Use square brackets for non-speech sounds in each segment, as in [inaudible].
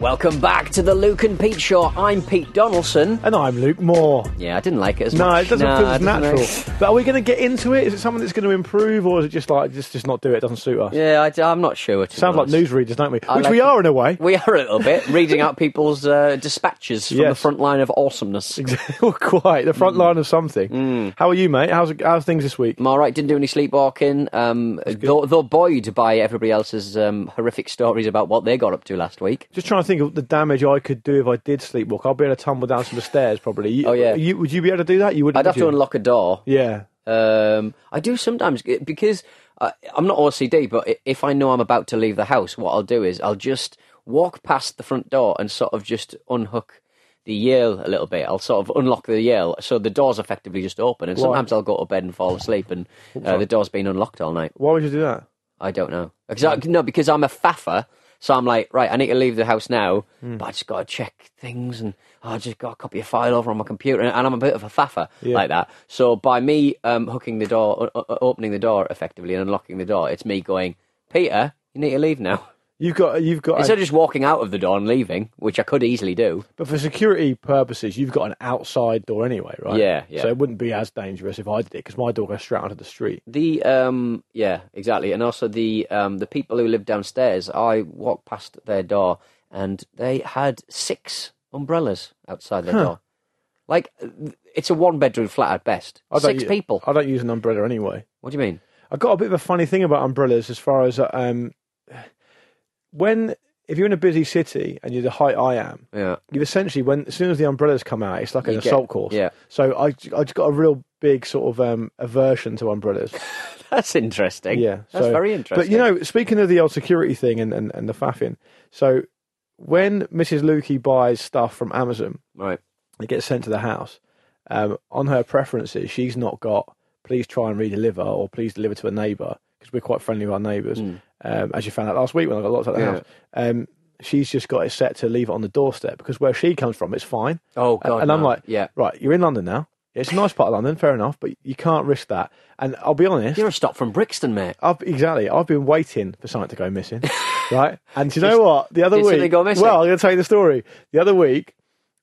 Welcome back to the Luke and Pete Show. I'm Pete Donaldson. And Uh, I'm Luke Moore. Yeah, I didn't like it as No, much. it doesn't feel as it doesn't natural. make- But are we going to get into it? Is it something that's going to improve, or is it just like just just not do it? it doesn't suit us. Yeah, I, am not sure. to be Sounds like honest. newsreaders, don't we? Which I like we it. are in a way. [laughs] [laughs] We are a little bit reading out people's uh, dispatches from the Yes. front line of awesomeness. We're quite the Mm. front line of something. How are you, mate? How's how's things this week? I'm all right. Didn't do any sleepwalking. Um, though, though buoyed by everybody else's um, horrific stories about what they got up to last week. Just trying to think of the damage I could do if I did sleepwalk. I'd be able to tumble down some of the stairs probably. You- Oh, yeah. You, would you be able to do that? You wouldn't. I'd have would to you? unlock a door. Yeah. Um, I do sometimes g- because I, I'm not OCD, but i- if I know I'm about to leave the house, what I'll do is I'll just walk past the front door and sort of just unhook the Yale a little bit. I'll sort of unlock the Yale, so the door's effectively just open. And sometimes I'll go to bed and fall asleep, and uh, the door's been unlocked all night. Why would you do that? I don't know. Because I, no, because I'm a faffer. So I'm like, right, I need to leave the house now, but I just got to check things and oh, I just got to copy a file over on my computer. And, and I'm a bit of a faffer like that. So by me um, hooking the door, o- o- opening the door effectively and unlocking the door, it's me going, Peter, you need to leave now. You've got you've got. Instead of just walking out of the door and leaving, which I could easily do. But for security purposes, you've got an outside door anyway, right? Yeah, yeah. So it wouldn't be as dangerous if I did it because my door goes straight onto the street. The um yeah exactly, and also the um the people who live downstairs. I walked past their door, and they had six umbrellas outside their door. Like it's a one bedroom flat at best. I don't Six u- people. I don't use an umbrella anyway. What do you mean? I got a bit of a funny thing about umbrellas as far as uh, um, when if you're in a busy city and you're the height I am, Yeah. [laughs] you've essentially when as soon as the umbrellas come out, it's like an You get- assault course. yeah. So I I just got a real big sort of um, aversion to umbrellas. That's interesting. Yeah, That's so- very interesting. But you know, speaking of the old security thing and, and, and the faffing, so when Mrs. Lukey buys stuff from Amazon, right? it gets sent to the house. Um, on her preferences, she's not got please try and redeliver or please deliver to a neighbour because we're quite friendly with our neighbours. Um, as you found out last week when I got locked out of the Hmm. Yeah. house, um, she's just got it set to leave it on the doorstep because where she comes from, it's fine. Oh And- god. and I'm no. like, yeah. right, you're in London now. It's a nice part of London, fair enough, but you can't risk that. And I'll be honest, You're a stop from Brixton, mate. I've, exactly. I've been waiting for something to [laughs] go missing, right? And do you know what? The other did week, something go missing? well, I'm going to tell you the story. The other week,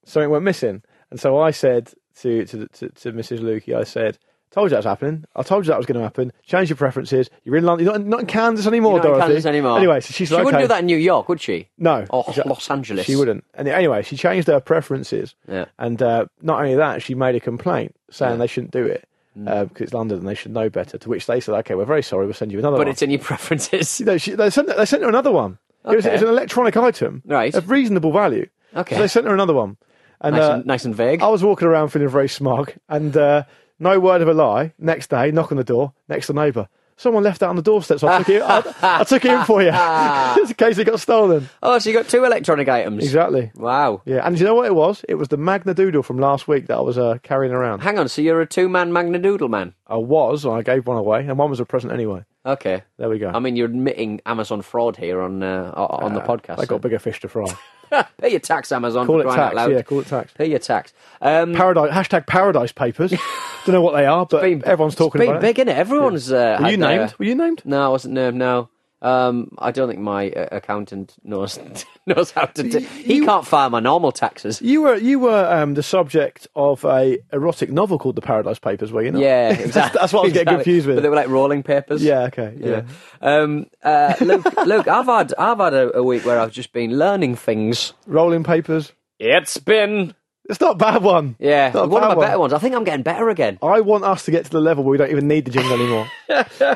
something went missing, and so I said to to, the- to, to Mrs. Lukey, I said, "Told you that was happening. I told you that was going to happen. Change your preferences. You're in London. You're not, not in Kansas anymore, You're not in Dorothy. Kansas anymore. Anyway, so she's she like, wouldn't okay. do that in New York, would she? No, Oh, Exactly. Los Angeles. She wouldn't. And anyway, she changed her preferences. Yeah. And uh, not only that, she made a complaint saying they shouldn't do it Mm. uh, because it's London and they should know better. To which they said, "Okay, we're very sorry. We'll send you another." But one. it's in your preferences. [laughs] No, she, they, sent, they sent her another one. It was, it Okay. was an electronic item Right. of reasonable value. Okay. So they sent her another one. And, nice, uh, and, nice and vague. I was walking around feeling very smug and uh, no word of a lie. Next day, knock on the door, next door neighbour. Someone left that on the doorstep, so I took it, I, I took it [laughs] in for you. Just in case it got stolen. Oh, so you got two electronic items. Exactly. Wow. Yeah, and do you know what it was? It was the Magna Doodle from last week that I was uh, carrying around. Hang on, so you're a two man Magna Doodle man? I was, and I gave one away, and one was a present anyway. Okay. There we go. I mean, you're admitting Amazon fraud here on uh, o- on the podcast. They so- got bigger fish to fry. Pay your tax, Amazon. Call for it crying tax. Out loud. Yeah, call it tax. Pay your tax. Um, Paradise hashtag [laughs] Paradise Papers. Don't know what they are, but been- everyone's talking it's been about big, it. innit? Everyone's. Uh, Were you had their- named? Were you named? No, I wasn't named. No. Um, I don't think my uh, accountant knows [laughs] knows how to. do he you- can't file my normal [laughs] taxes. You were you were um, the subject of a erotic novel called The Paradise Papers, were you not? Yeah, [laughs] That's- exactly. that's, what I was getting Exactly. confused with. But they were like rolling papers. yeah, okay, yeah. Yeah. Um, uh, look, look, I've had I've had a, a week where I've just been learning things. Rolling papers. It's been It's not a bad one. yeah, It's not a one of my bad one. Oh, better ones. I think I'm getting better again. I want us to get to the level where we don't even need the jingle [laughs] anymore.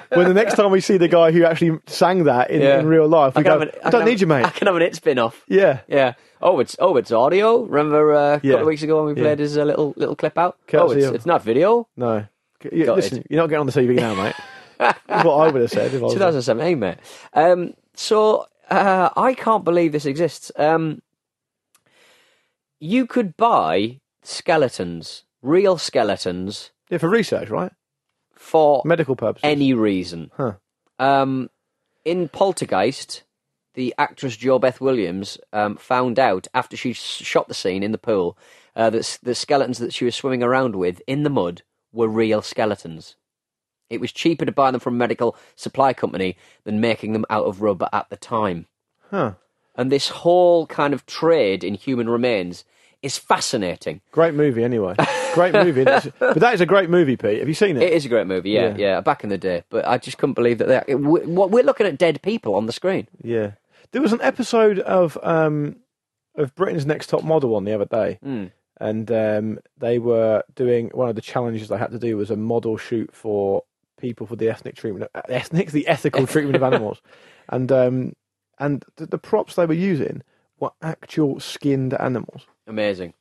when the next time we see the guy who actually sang that in, in real life, I we can go, have an- I can don't have- need you, mate. I can have an it spin off. yeah. Yeah. Oh, it's oh, it's audio. Remember uh, a Yeah. couple of weeks ago when we Yeah. played his uh, little little clip out. oh, Courtesy it's, of- it's not video. No. You- Got listen, it. you're not getting on the TV now, [laughs] mate. That's what I would have said if I was. 2017, mate. Um, so uh, I can't believe this exists. Um, you could buy skeletons, real skeletons, Yeah, for research, right? for Medical purposes. any reason. Huh. Um, in Poltergeist, the actress Jo Beth Williams um, found out after she s- shot the scene in the pool uh, that s- the skeletons that she was swimming around with in the mud were real skeletons. It was cheaper to buy them from a medical supply company than making them out of rubber at the time. Huh. And this whole kind of trade in human remains is fascinating. Great movie, anyway. Great movie. It's- but that is a great movie, Pete. Have you seen it? It is a great movie, yeah, yeah, Yeah. back in the day. But I just couldn't believe that they, it, we- we're looking at dead people on the screen. Yeah. There was an episode of um, of Britain's Next Top Model on the other day, and um, they were doing one of the challenges they had to do was a model shoot for people for the ethnic treatment, uh, ethnic the ethical treatment of animals, and um, and the, the props they were using were actual skinned animals. Amazing.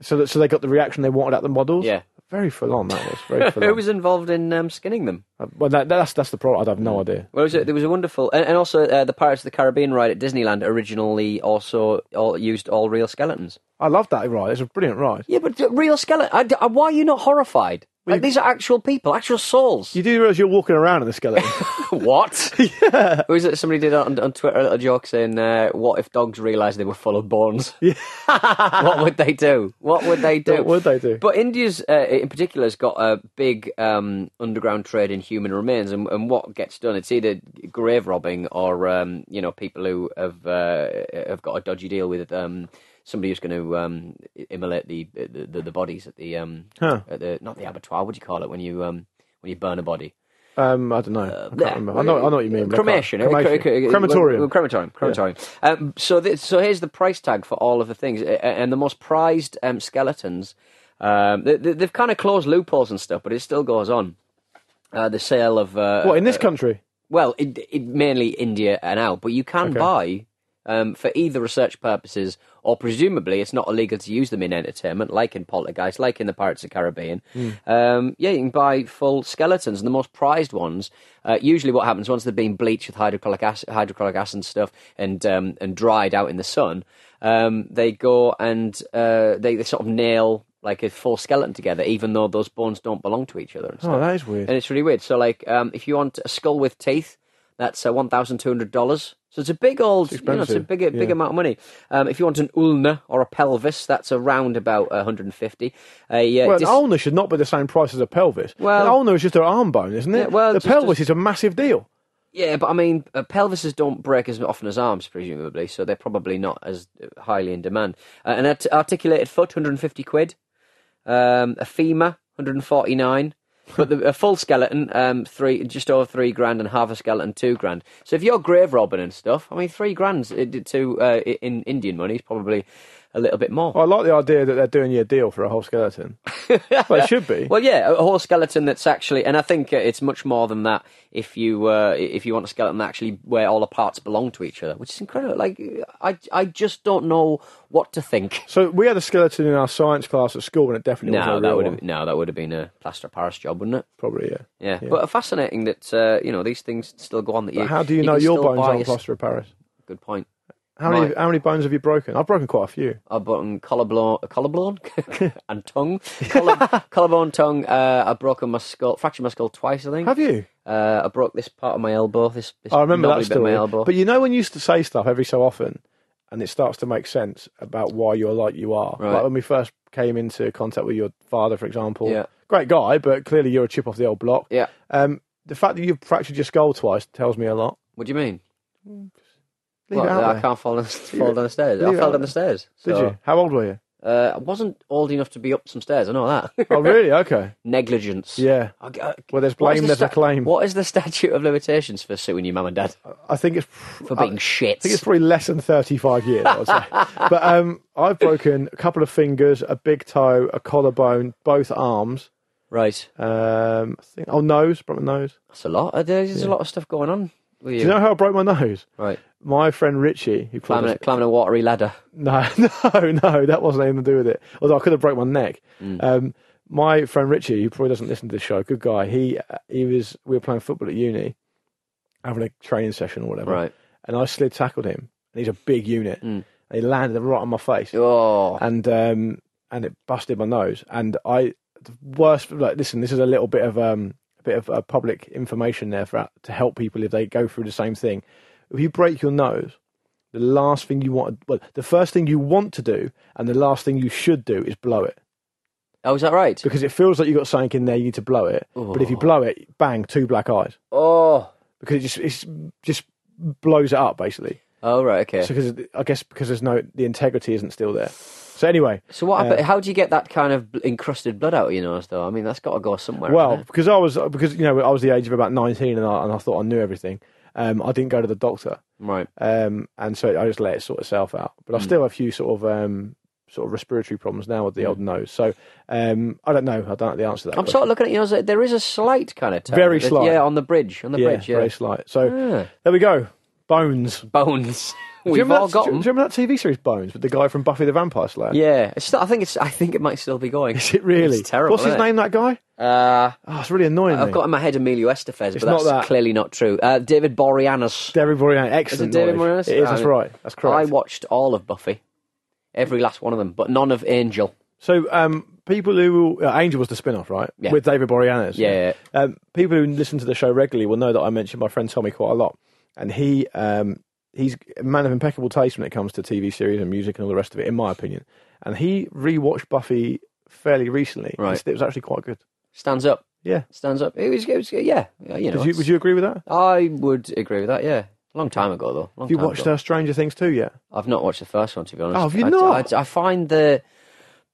So that so they got the reaction they wanted at the models. Yeah. Very full on that was. [laughs] Very full Who on. was involved in um, skinning them? well, that, that's that's the problem. I have Mm. no idea. Well, it was a, there was a wonderful, and, and also uh, the Pirates of the Caribbean ride at Disneyland originally also all, used all real skeletons. I love that ride. It's a brilliant ride. Yeah, but uh, real skeleton. Why are you not horrified? Like, these are actual people, actual souls. You do realise you're walking around in [laughs] the skeleton. what? yeah. Was it somebody did on, on Twitter a little joke saying, uh, "What if dogs realised they were full of [laughs] bones? what would they do? What would they do? What would they do? But India's, uh, in particular, has got a big um, underground trade in human remains, and, and what gets done, it's either grave robbing or um, you know people who have uh, have got a dodgy deal with um, somebody who's going to um, immolate the, the, the the bodies at the um Huh. at the not the abattoir. What do you call it when you um when you burn a body? Um, I don't know. I can't remember. I know, I know what you mean. but I can't- Uh, Cremation, cremation. eh, cre- cre- crematorium. well, crematorium, crematorium. Um, so, th- so here's the price tag for all of the things, eh, eh, and the most prized um, skeletons. Um, they, they- they've kind of closed loopholes and stuff, but it still goes on. Uh, the sale of uh, what in this country? well, it, it, mainly India and out, but you can buy um, for either research purposes or presumably it's not illegal to use them in entertainment, like in Poltergeist, like in the Pirates of the Caribbean. Um, yeah, you can buy full skeletons, and the most prized ones. Uh, usually, what happens once they've been bleached with hydrochloric acid, hydrochloric acid and stuff, and um, and dried out in the sun, um, they go and uh, they, they sort of nail like a full skeleton together, even though those bones don't belong to each other. And stuff Oh, that is weird. and it's really weird. So like, um, if you want a skull with teeth, that's uh, one thousand two hundred dollars. So it's a big old, It's you know, it's a expensive, big, big yeah. amount of money. Um, if you want an ulna or a pelvis, that's around about one hundred and fifty. A uh, well, dis- an ulna should not be the same price as a pelvis. Well- an ulna is just an arm bone, isn't it? Yeah, well, the just- pelvis just- is a massive deal. yeah, but I mean, uh, pelvises don't break as often as arms, presumably, so they're probably not as uh, highly in demand. Uh, an art- articulated foot, one hundred and fifty quid. Um, a femur, one hundred and forty nine. But the, a full skeleton, um, three just over three grand, and half a skeleton, two grand. So if you're grave robbing and stuff, I mean, three grand to uh, i- in Indian money is probably a little bit more. I like the idea that they're doing you a deal for a whole skeleton. [laughs] well, it should be. Well, yeah, a whole skeleton that's actually, and I think uh, it's much more than that. If you uh, if you want a skeleton that actually where all the parts belong to each other, which is incredible. Like I, I just don't know what to think. [laughs] so we had a skeleton in our science class at school, and it No, definitely wasn't a that real would one. have no, that would have been a plaster of Paris job, wouldn't it? Probably, yeah. Yeah, but fascinating that uh, you know these things still go on. That you, But how do you, you know can your still bones buy aren't a s- plaster of Paris? Good point. How many Right. how many bones have you broken? I've broken quite a few. I broken collarbone, [laughs] [laughs] collarbone, and tongue, Collar, collarbone, tongue. Uh, I broke my skull, fractured my skull twice. I think. Have you? Uh, I broke this part of my elbow. This, this I remember knobbly that bit of my story. elbow. But you know when you used to say stuff every so often, and it starts to make sense about why you're like you are. Right. Like when we first came into contact with your father, for example. Yeah. Great guy, but clearly you're a chip off the old block. yeah. Um, the fact that you've fractured your skull twice tells me a lot. What do you mean? Leave What, it out that I there. can't fall down, fall down the stairs. Leave I it fell out down the there. stairs. Did so, you? How old were you? Uh, I wasn't old enough to be up some stairs. I know that. [laughs] Oh, really? Okay. Negligence. Yeah. I, I, Well, there's what is blame, the there's a claim. What is the statute of limitations for suing your mum and dad I think it's for being shit? I think it's probably less than 35 years, I would say. but um, I've broken a couple of fingers, a big toe, a collarbone, both arms. right. Um, I think, oh, nose, broke my nose. That's a lot. Uh, There's a lot of stuff going on with you. Do you know how I broke my nose? right. My friend Richie, who played Climbing, a- climbing a watery ladder. [laughs] No, no, no, that wasn't anything to do with it. Although I could have broke my neck. Um, my friend Richie, who probably doesn't listen to this show, good guy. He uh, he was we were playing football at uni, having a training session or whatever. Right. And I slid tackled him, and he's a big unit, and he landed right on my face, Oh. and um and it busted my nose. And I the worst like listen, this is a little bit of um a bit of uh, public information there for to help people if they go through the same thing. If you break your nose the last thing you want, well, the first thing you want to do and the last thing you should do is blow it Oh, is that right? because it feels like you've got something in there, you need to blow it. But if you blow it, bang, two black eyes Oh. because it just it's just blows it up basically. Oh, right. Okay. So 'cause I guess because there's no the integrity isn't still there. So anyway, So what? happen- how do you get that kind of bl- encrusted blood out of your nose, though? I mean, that's got to go somewhere. well, hasn't it? because I was because you know I was the age of about 19 and I, and I thought I knew everything. Um, I didn't go to the doctor. right. um, and so I just let it sort itself out. But Hmm. I still have a few sort of um, sort of respiratory problems now with the old nose. So um, I don't know. I don't know the answer to that. Hmm. I'm sort of looking at your nose. There is a slight kind of tear. Very There's- slight. Yeah, on the bridge. On the yeah, bridge. Yeah. very slight. So Ah. there we go. Bones. Bones. [laughs] Do you We've remember all that- got do you- them. Do you remember that TV series Bones with the guy from Buffy the Vampire Slayer? Yeah. It's still, I think it's. I think it might still be going. [laughs] Is it really? It's terrible. What's his isn't it? name? That guy? Uh, Oh, it's really annoying. I've me. got in my head Emilio Estevez, but It's that's not that. clearly not true. Uh, David Boreanaz. David Boreanaz. Excellent. David knowledge. Boreanaz? It is. That's Ah. right. That's I correct. watched all of Buffy, every last one of them, but none of Angel. so um, people who will, uh, Angel was the spin-off, right? Yeah. With David Boreanaz. Yeah. Um, people who listen to the show regularly will know that I mention my friend Tommy quite a lot, and he um, he's a man of impeccable taste when it comes to TV series and music and all the rest of it, in my opinion. And he rewatched Buffy fairly recently. Right. It's- It was actually quite good. Stands up. Yeah. Stands up. It was. It was yeah. You know. Did you, would you agree with that? I would agree with that. Yeah, long time ago though. Long Have you time watched ago. uh, Stranger Things too yet? I've not watched the first one to be honest. Oh, have you I, not? I, I find the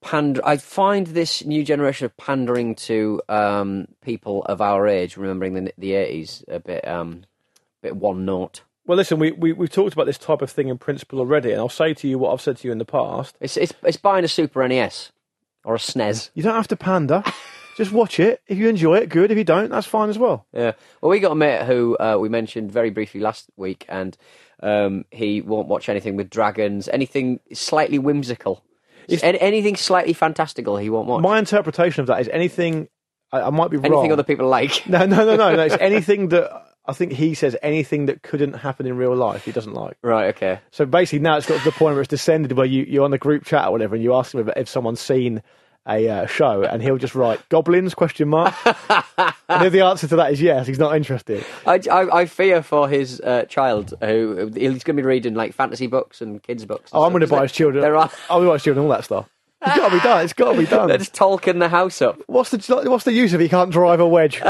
pander. I find this new generation of pandering to um, people of our age, remembering the the eighties, a bit um, bit one note. Well, listen, we, we we've talked about this type of thing in principle already, and I'll say to you what I've said to you in the past. It's it's it's buying a Super NES or a E SNES. You don't have [laughs] to pander. Just watch it. If you enjoy it, good. If you don't, that's fine as well. Yeah. Well, we got a mate who uh, we mentioned very briefly last week, and um, he won't watch anything with dragons, anything slightly whimsical, An- anything slightly fantastical. He won't watch. My interpretation of that is anything. I, I might be wrong. anything other people like. No, no, no, no, no. It's anything that I think he says anything that couldn't happen in real life he doesn't like. [laughs] Right. Okay. So basically, now it's got to the point where it's descended where you, you're on the group chat or whatever, and you ask him if, if someone's seen a uh, show, and he'll just write goblins question mark. [laughs] and if the answer to that is yes, he's not interested. I, I, I fear for his uh, child who he's going to be reading like fantasy books and kids books. and Oh, stuff, I'm going to isn't buy it? his children. Oh. There are. [laughs] I'll buy his children all that stuff. It's got to be done. It's got to be done. Let's Tolkien the house up. What's the what's the use if he can't drive [laughs] a wedge?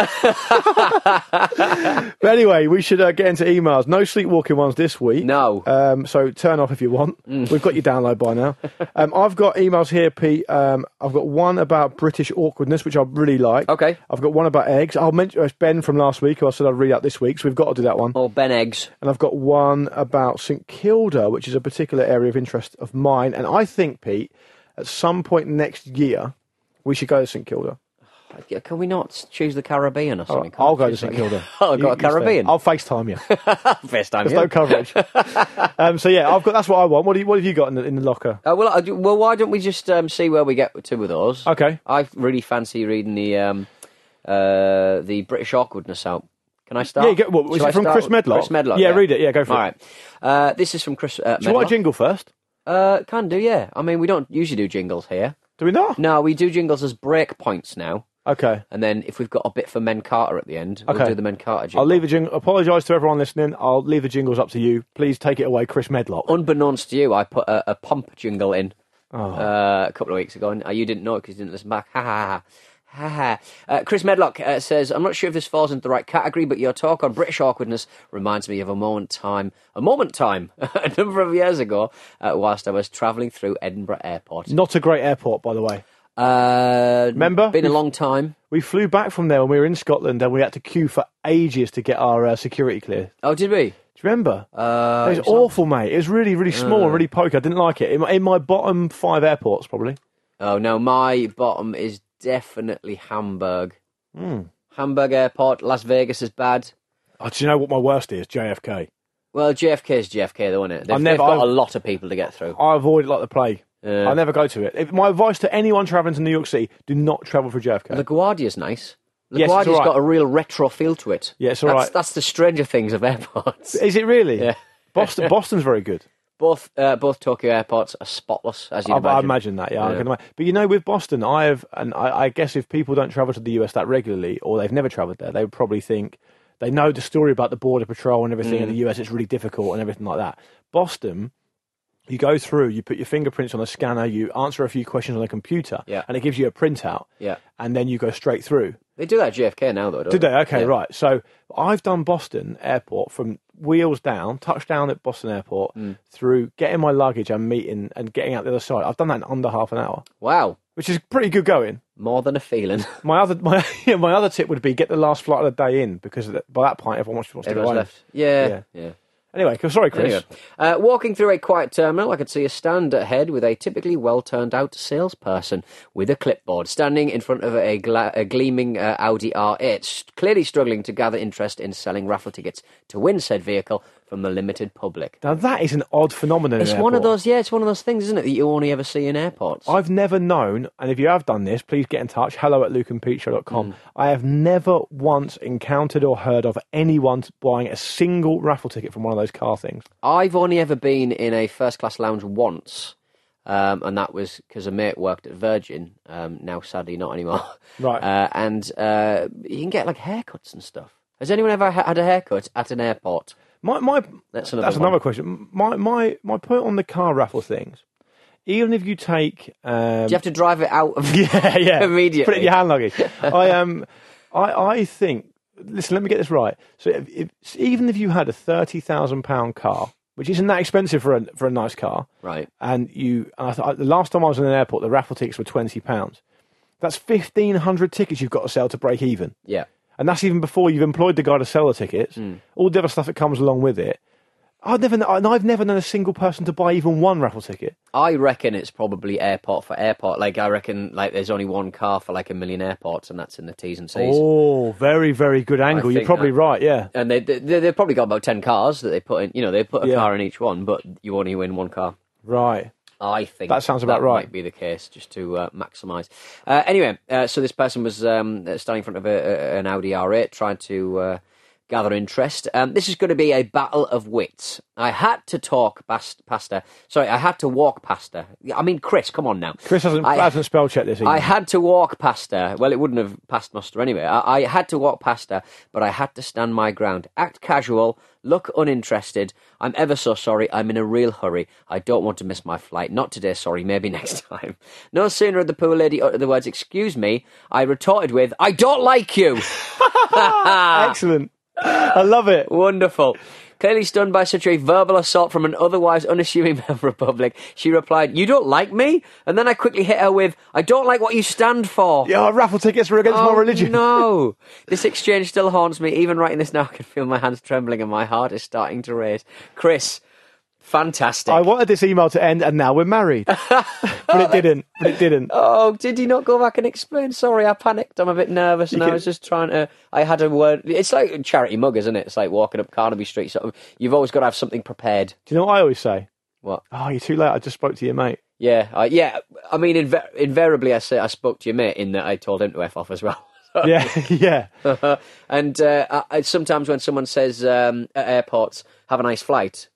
but anyway, we should uh, get into emails. No sleepwalking ones this week. No. Mm. Um, so turn off if you want. We've got your download [laughs] by now. um, I've got emails here, Pete. Um, I've got one about British awkwardness, which I really like. Okay. I've got one about eggs. I'll mention it's Ben from last week, who I said I'd read out this week, so we've got to do that one. Or Ben Eggs. And I've got one about St Kilda, which is a particular area of interest of mine. And I think, Pete, at some point next year, we should go to St Kilda. Yeah, Can we not choose the Caribbean or something? I'll go to Choose St like- Kilda. [laughs] [laughs] Oh, I've You- got a you stay. Caribbean. I'll FaceTime [laughs] you. first time. There's no [laughs] coverage. um, so yeah, I've got. That's what I want. What, do you, what have you got in the, in the locker? Uh, well, I, do- well, why don't we just um, see where we get to with those? Okay. I really fancy reading the um, uh, the British awkwardness out Can I start? Yeah, go- well, is Shall it I from start Chris with- Medlock? Chris Medlock. Yeah, read it. Yeah, go for it. All right. Uh, this is from Chris uh, Do you want Medlock. a jingle first? uh, can do, yeah. I mean, we don't usually do jingles here. Do we not? No, we do jingles as break points now. Okay. And then if we've got a bit for Men Carter at the end, we'll Okay. do the Men Carter jingle. I'll leave the jingle. Apologise to everyone listening. I'll leave the jingles up to you. Please take it away, Chris Medlock. Unbeknownst to you, I put a, a pump jingle in Oh. uh, a couple of weeks ago, and uh, you didn't know it because you didn't listen back. Ha ha ha. ha. ha. Uh, Chris Medlock uh, says, I'm not sure if this falls into the right category, but your talk on British awkwardness reminds me of a moment time, a moment time, [laughs] a number of years ago, uh, whilst I was travelling through Edinburgh Airport. Not a great airport, by the way. Uh, Remember? Been a long time. We flew back from there when we were in Scotland, and we had to queue for ages to get our uh, security clear. Oh, did we? Do you remember? Uh, Oh, it was awful, Uh. mate. It was really, really small, and really poky. I didn't like it. In my, in my bottom five airports, probably. Oh no, my bottom is definitely Hamburg. Hmm. Hamburg Airport, Las Vegas is bad. Oh, do you know what my worst is? JFK. Well, JFK is JFK, though, isn't it? They've, I've never- they've got I've- a lot of people to get through. I avoid it like the plague. Yeah. I never go to it. If, my advice to anyone traveling to New York City: do not travel for JFK. LaGuardia's nice. Yes, it's LaGuardia's all right. got a real retro feel to it. Yeah, it's all that's, right. that's the Stranger Things of airports. Is it really? Yeah. [laughs] Boston. Boston's very good. Both uh, both Tokyo airports are spotless, as you I, imagine. I imagine that. Yeah, I Yeah. can imagine. But you know, with Boston, I have, and I, I guess if people don't travel to the US that regularly, or they've never travelled there, they would probably think they know the story about the border patrol and everything Mm. in the US. It's really difficult and everything like that. Boston. You go through, you put your fingerprints on a scanner, you answer a few questions on a computer, Yeah. and it gives you a printout, Yeah. and then you go straight through. They do that at JFK now, though, don't Did they? Okay, Yeah. right. So I've done Boston Airport from wheels down, touchdown at Boston Airport, Mm. through getting my luggage and meeting and getting out the other side. I've done that in under half an hour, Wow. which is pretty good going. More than a feeling. [laughs] My other [laughs] my yeah, my other tip would be get the last flight of the day in because th- by that point everyone wants, wants to go Everyone's home. left. Yeah. Yeah. yeah. Anyway, c- sorry, Chris. Anyway, uh, walking through a quiet terminal, I could see a stand ahead with a typically well turned out salesperson with a clipboard standing in front of a, gla- a gleaming uh, Audi R8, s- clearly struggling to gather interest in selling raffle tickets to win said vehicle from the limited public. Now that is an odd phenomenon. in It's one of airports. those, yeah, it's one of those things, isn't it, that you only ever see in airports. I've never known, and if you have done this, please get in touch. Hello at lukeandpeteshow.com. Mm. I have never once encountered or heard of anyone buying a single raffle ticket from one of those car things. I've only ever been in a first class lounge once, um, and that was because a mate worked at Virgin. Um, now, sadly, not anymore. [laughs] Right. Uh, and uh, you can get like haircuts and stuff. Has anyone ever ha- had a haircut at an airport? My my That's that's another another, one. question. My my my point on the car raffle things. Even if you take um, Do you have to drive it out of? [laughs] yeah [laughs] yeah Immediately. put it in your [laughs] hand luggage. I um I I think listen. Let me get this right. So if, if, even if you had a thirty thousand pound car, which isn't that expensive for a for a nice car, Right. and you and I, th- I, the last time I was in an airport, the raffle tickets were twenty pounds. That's fifteen hundred tickets you've got to sell to break even. Yeah. And that's even before you've employed the guy to sell the tickets, Hmm. all the other stuff that comes along with it. I've never, kn- and I've never known a single person to buy even one raffle ticket. I reckon it's probably airport for airport. Like I reckon, like there's only one car for like a million airports, and that's in the T's and C's. Oh, very, very good angle. You're think probably that- right. Yeah, And they, they they- they've probably got about ten cars that they put in. You know, they put a Yeah. car in each one, but you only win one car. right. I think That sounds about right. Might be the case, just to uh, maximise. Uh, anyway, uh, so this person was um, standing in front of a, a, an Audi R8, trying to uh, gather interest. Um, this is going to be a battle of wits. I had to talk past, past her. Sorry, I had to walk past her. I mean, Chris, come on now. Chris hasn't, I- hasn't spell checked this. Either. I had to walk past her. Well, it wouldn't have passed muster anyway. I, I had to walk past her, but I had to stand my ground. Act casual, look uninterested. I'm ever so sorry. I'm in a real hurry. I don't want to miss my flight. Not today, sorry. Maybe [laughs] next time. No sooner had the poor lady uttered the words, Excuse me, I retorted with, I don't like you. Excellent. I love it. Wonderful. Clearly stunned by such a verbal assault from an otherwise unassuming [laughs] member of public, she replied, You don't like me? And then I quickly hit her with, I don't like what you stand for. Yeah, raffle tickets were against my Oh, religion. No. This exchange still haunts me. Even writing this now, I can feel my hands trembling and my heart is starting to race. Chris, fantastic. I wanted this email to end, and now [laughs] we're married. but it didn't. But it didn't. oh, did he not go back and explain? Sorry, I panicked. I'm a bit nervous and I can- was just trying to. I had a word. It's like charity mug, isn't it? It's like walking up Carnaby Street. Sort of, you've always got to have something prepared. Do you know what I always say? What? Oh, you're too late. I just spoke to [laughs] your mate. Yeah, I, yeah. I mean, inve- invariably, I say I spoke to your mate in that I told him to f off as well. [laughs] yeah, yeah. and uh, I, I, sometimes when someone says um, at airports, "Have a nice flight,"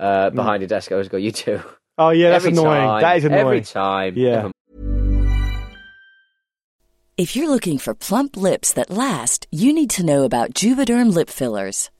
uh, behind a desk, I always go, "You too." Oh, yeah, that's Every annoying. time, that is annoying. Every time. Yeah. Never If you're looking for plump lips that last, you need to know about Juvederm lip fillers.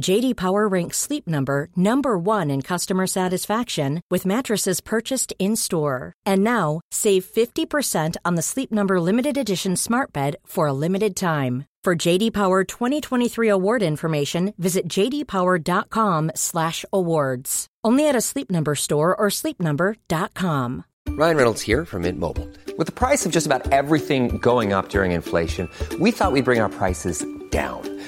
JD Power ranks Sleep Number number 1 in customer satisfaction with mattresses purchased in-store. And now, save 50% on the Sleep Number limited edition Smart Bed for a limited time. For JD Power 2023 award information, visit jdpower.com/awards. Only at a Sleep Number store or sleepnumber.com. Ryan Reynolds here from Mint Mobile. With the price of just about everything going up during inflation, we thought we'd bring our prices down.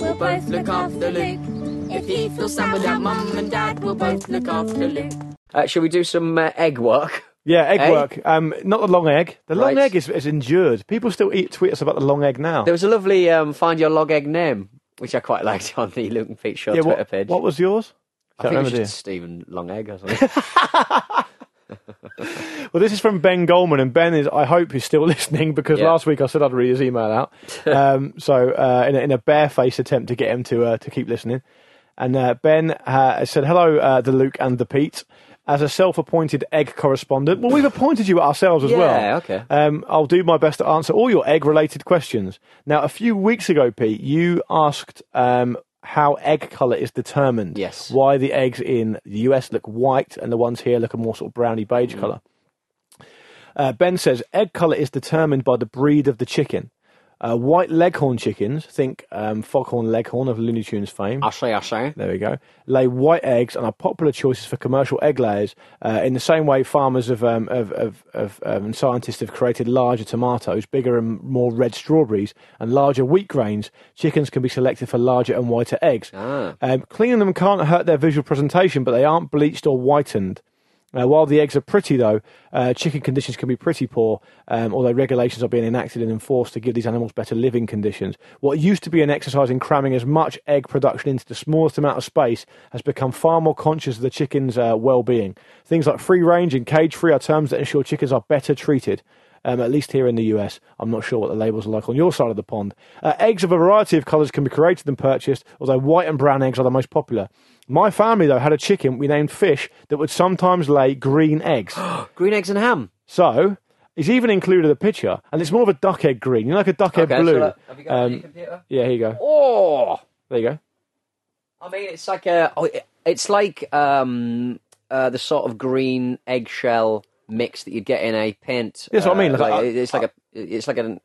We'll both look after Luke. If he feels sad without mum and dad, we'll both look after Luke. Uh, shall we do some uh, egg work? [laughs] Yeah, egg Egg? work. Um, not the long egg. The long Right. egg is, is endured. People still eat, tweet us about the long egg now. There was a lovely um, find your log egg name, which I quite liked on the Luke and Pete Show yeah, Twitter what, page. what was yours? I think it was remember, just Stephen Long Egg or [laughs] something. Well, this is from Ben Goldman, and Ben is, I hope, he's still [laughs] listening because Yeah. last week I said I'd read his email [laughs] out. um, so, uh, in a, in a barefaced attempt to get him to uh, to keep listening, and uh, Ben uh, said, "Hello, uh, the Luke and the Pete." As a self-appointed egg correspondent, well, we've appointed you ourselves as Yeah, well. okay. Um, I'll do my best to answer all your egg-related questions. Now, a few weeks ago, Pete, you asked um, how egg colour is determined. Yes. Why the eggs in the US look white and the ones here look a more sort of browny beige Mm. colour. Uh, ben says egg colour is determined by the breed of the chicken. Uh, white leghorn chickens, think um, Foghorn Leghorn of Looney Tunes fame. I say, I say. There we go. Lay white eggs and are popular choices for commercial egg layers. Uh, in the same way, farmers have, um, of, of, of, um, and scientists have created larger tomatoes, bigger and more red strawberries, and larger wheat grains. Chickens can be selected for larger and whiter eggs. Um, cleaning them can't hurt their visual presentation, but they aren't bleached or whitened. Uh, while the eggs are pretty, though, uh, chicken conditions can be pretty poor, um, although regulations are being enacted and enforced to give these animals better living conditions. What used to be an exercise in cramming as much egg production into the smallest amount of space has become far more conscious of the chicken's uh, well being. Things like free range and cage free are terms that ensure chickens are better treated. Um, at least here in the US, I'm not sure what the labels are like on your side of the pond. Uh, eggs of a variety of colours can be created and purchased, although white and brown eggs are the most popular. My family, though, had [gasps] a chicken we named Fish that would sometimes lay green eggs. Green eggs and ham. So, He's even included a picture, and it's more of a duck egg green. You know, like a duck egg Okay, so blue. look, have you got Um, it on your computer? yeah, here you go. Oh, There you go. I mean, it's like a, oh, it- it's like um, uh, the sort of green eggshell mix that you'd get in a paint. That's what I mean, uh, like, I- it's like a, it's like an,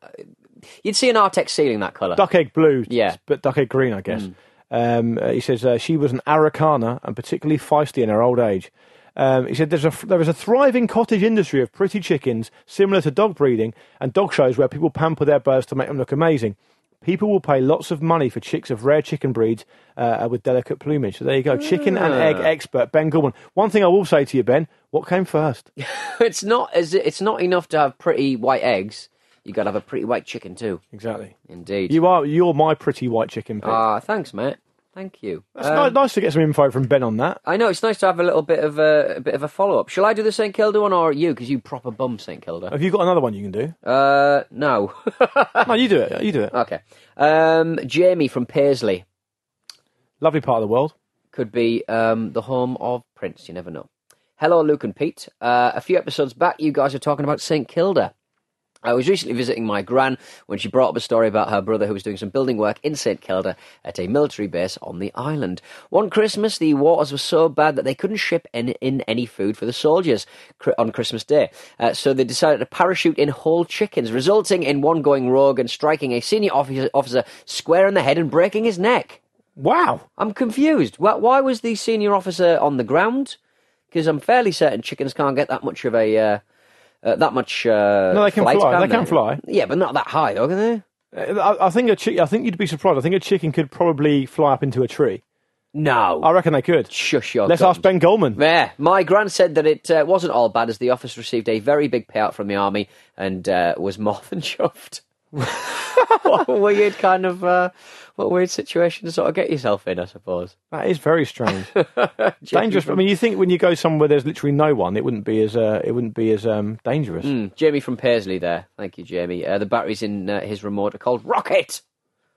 you'd see an Artex ceiling that color. Duck egg blue, Yeah. Mm. but duck egg green, I guess. Um, uh, he says uh, she was an Araucana and particularly feisty in her old age. Um, he said there's a, there is a thriving cottage industry of pretty chickens similar to dog breeding and dog shows where people pamper their birds to make them look amazing. People will pay lots of money for chicks of rare chicken breeds uh, with delicate plumage. So there you go. Chicken and egg Ah. expert Ben Goodwin. One thing I will say to you, Ben, what came first? [laughs] it's not as it's not enough to have pretty white eggs. You got to have a pretty white chicken too. Exactly. Indeed. You are you're my pretty white chicken. Pick. Ah, thanks, mate. Thank you. That's Um, ni- nice to get some info from Ben on that. I know it's nice to have a little bit of a, a bit of a follow up. Shall I do the St Kilda one or you? Because you proper bum St Kilda. Have you got another one you can do? Uh, no. [laughs] No, you do it. You do it. okay. Um, Jamie from Paisley Lovely part of the world. could be um, the home of Prince. You never know. Hello, Luke and Pete. Uh, a few episodes back, you guys were talking about St Kilda. I was recently visiting my gran when she brought up a story about her brother who was doing some building work in St Kilda at a military base on the island. One Christmas, the waters were so bad that they couldn't ship in, in any food for the soldiers cr- on Christmas Day. Uh, so they decided to parachute in whole chickens, resulting in one going rogue and striking a senior officer, officer square in the head and breaking his neck. Wow. I'm confused. Why, why was the senior officer on the ground? Because I'm fairly certain chickens can't get that much of a uh, uh, that much. Uh, No, they can flight, fly. Can They can fly. Yeah, but not that high, though, can they? I, I think a chick, I think you'd be surprised. I think a chicken could probably fly up into a tree. No. I reckon they could. Shush your. Let's guns. ask Ben Goldman. There, my grand said that it uh, wasn't all bad, as the office received a very big payout from the army and uh, was more than [laughs] [laughs] chuffed. what a weird kind of uh, what a weird situation to sort of get yourself in, I suppose. That is [laughs] very strange. dangerous. I mean, you think when you go somewhere there's literally no one, it wouldn't be as uh, it wouldn't be as um, dangerous. Mm, Jamie from Paisley there. Thank you, Jamie. Uh, the batteries in uh, his remote are called Rocket.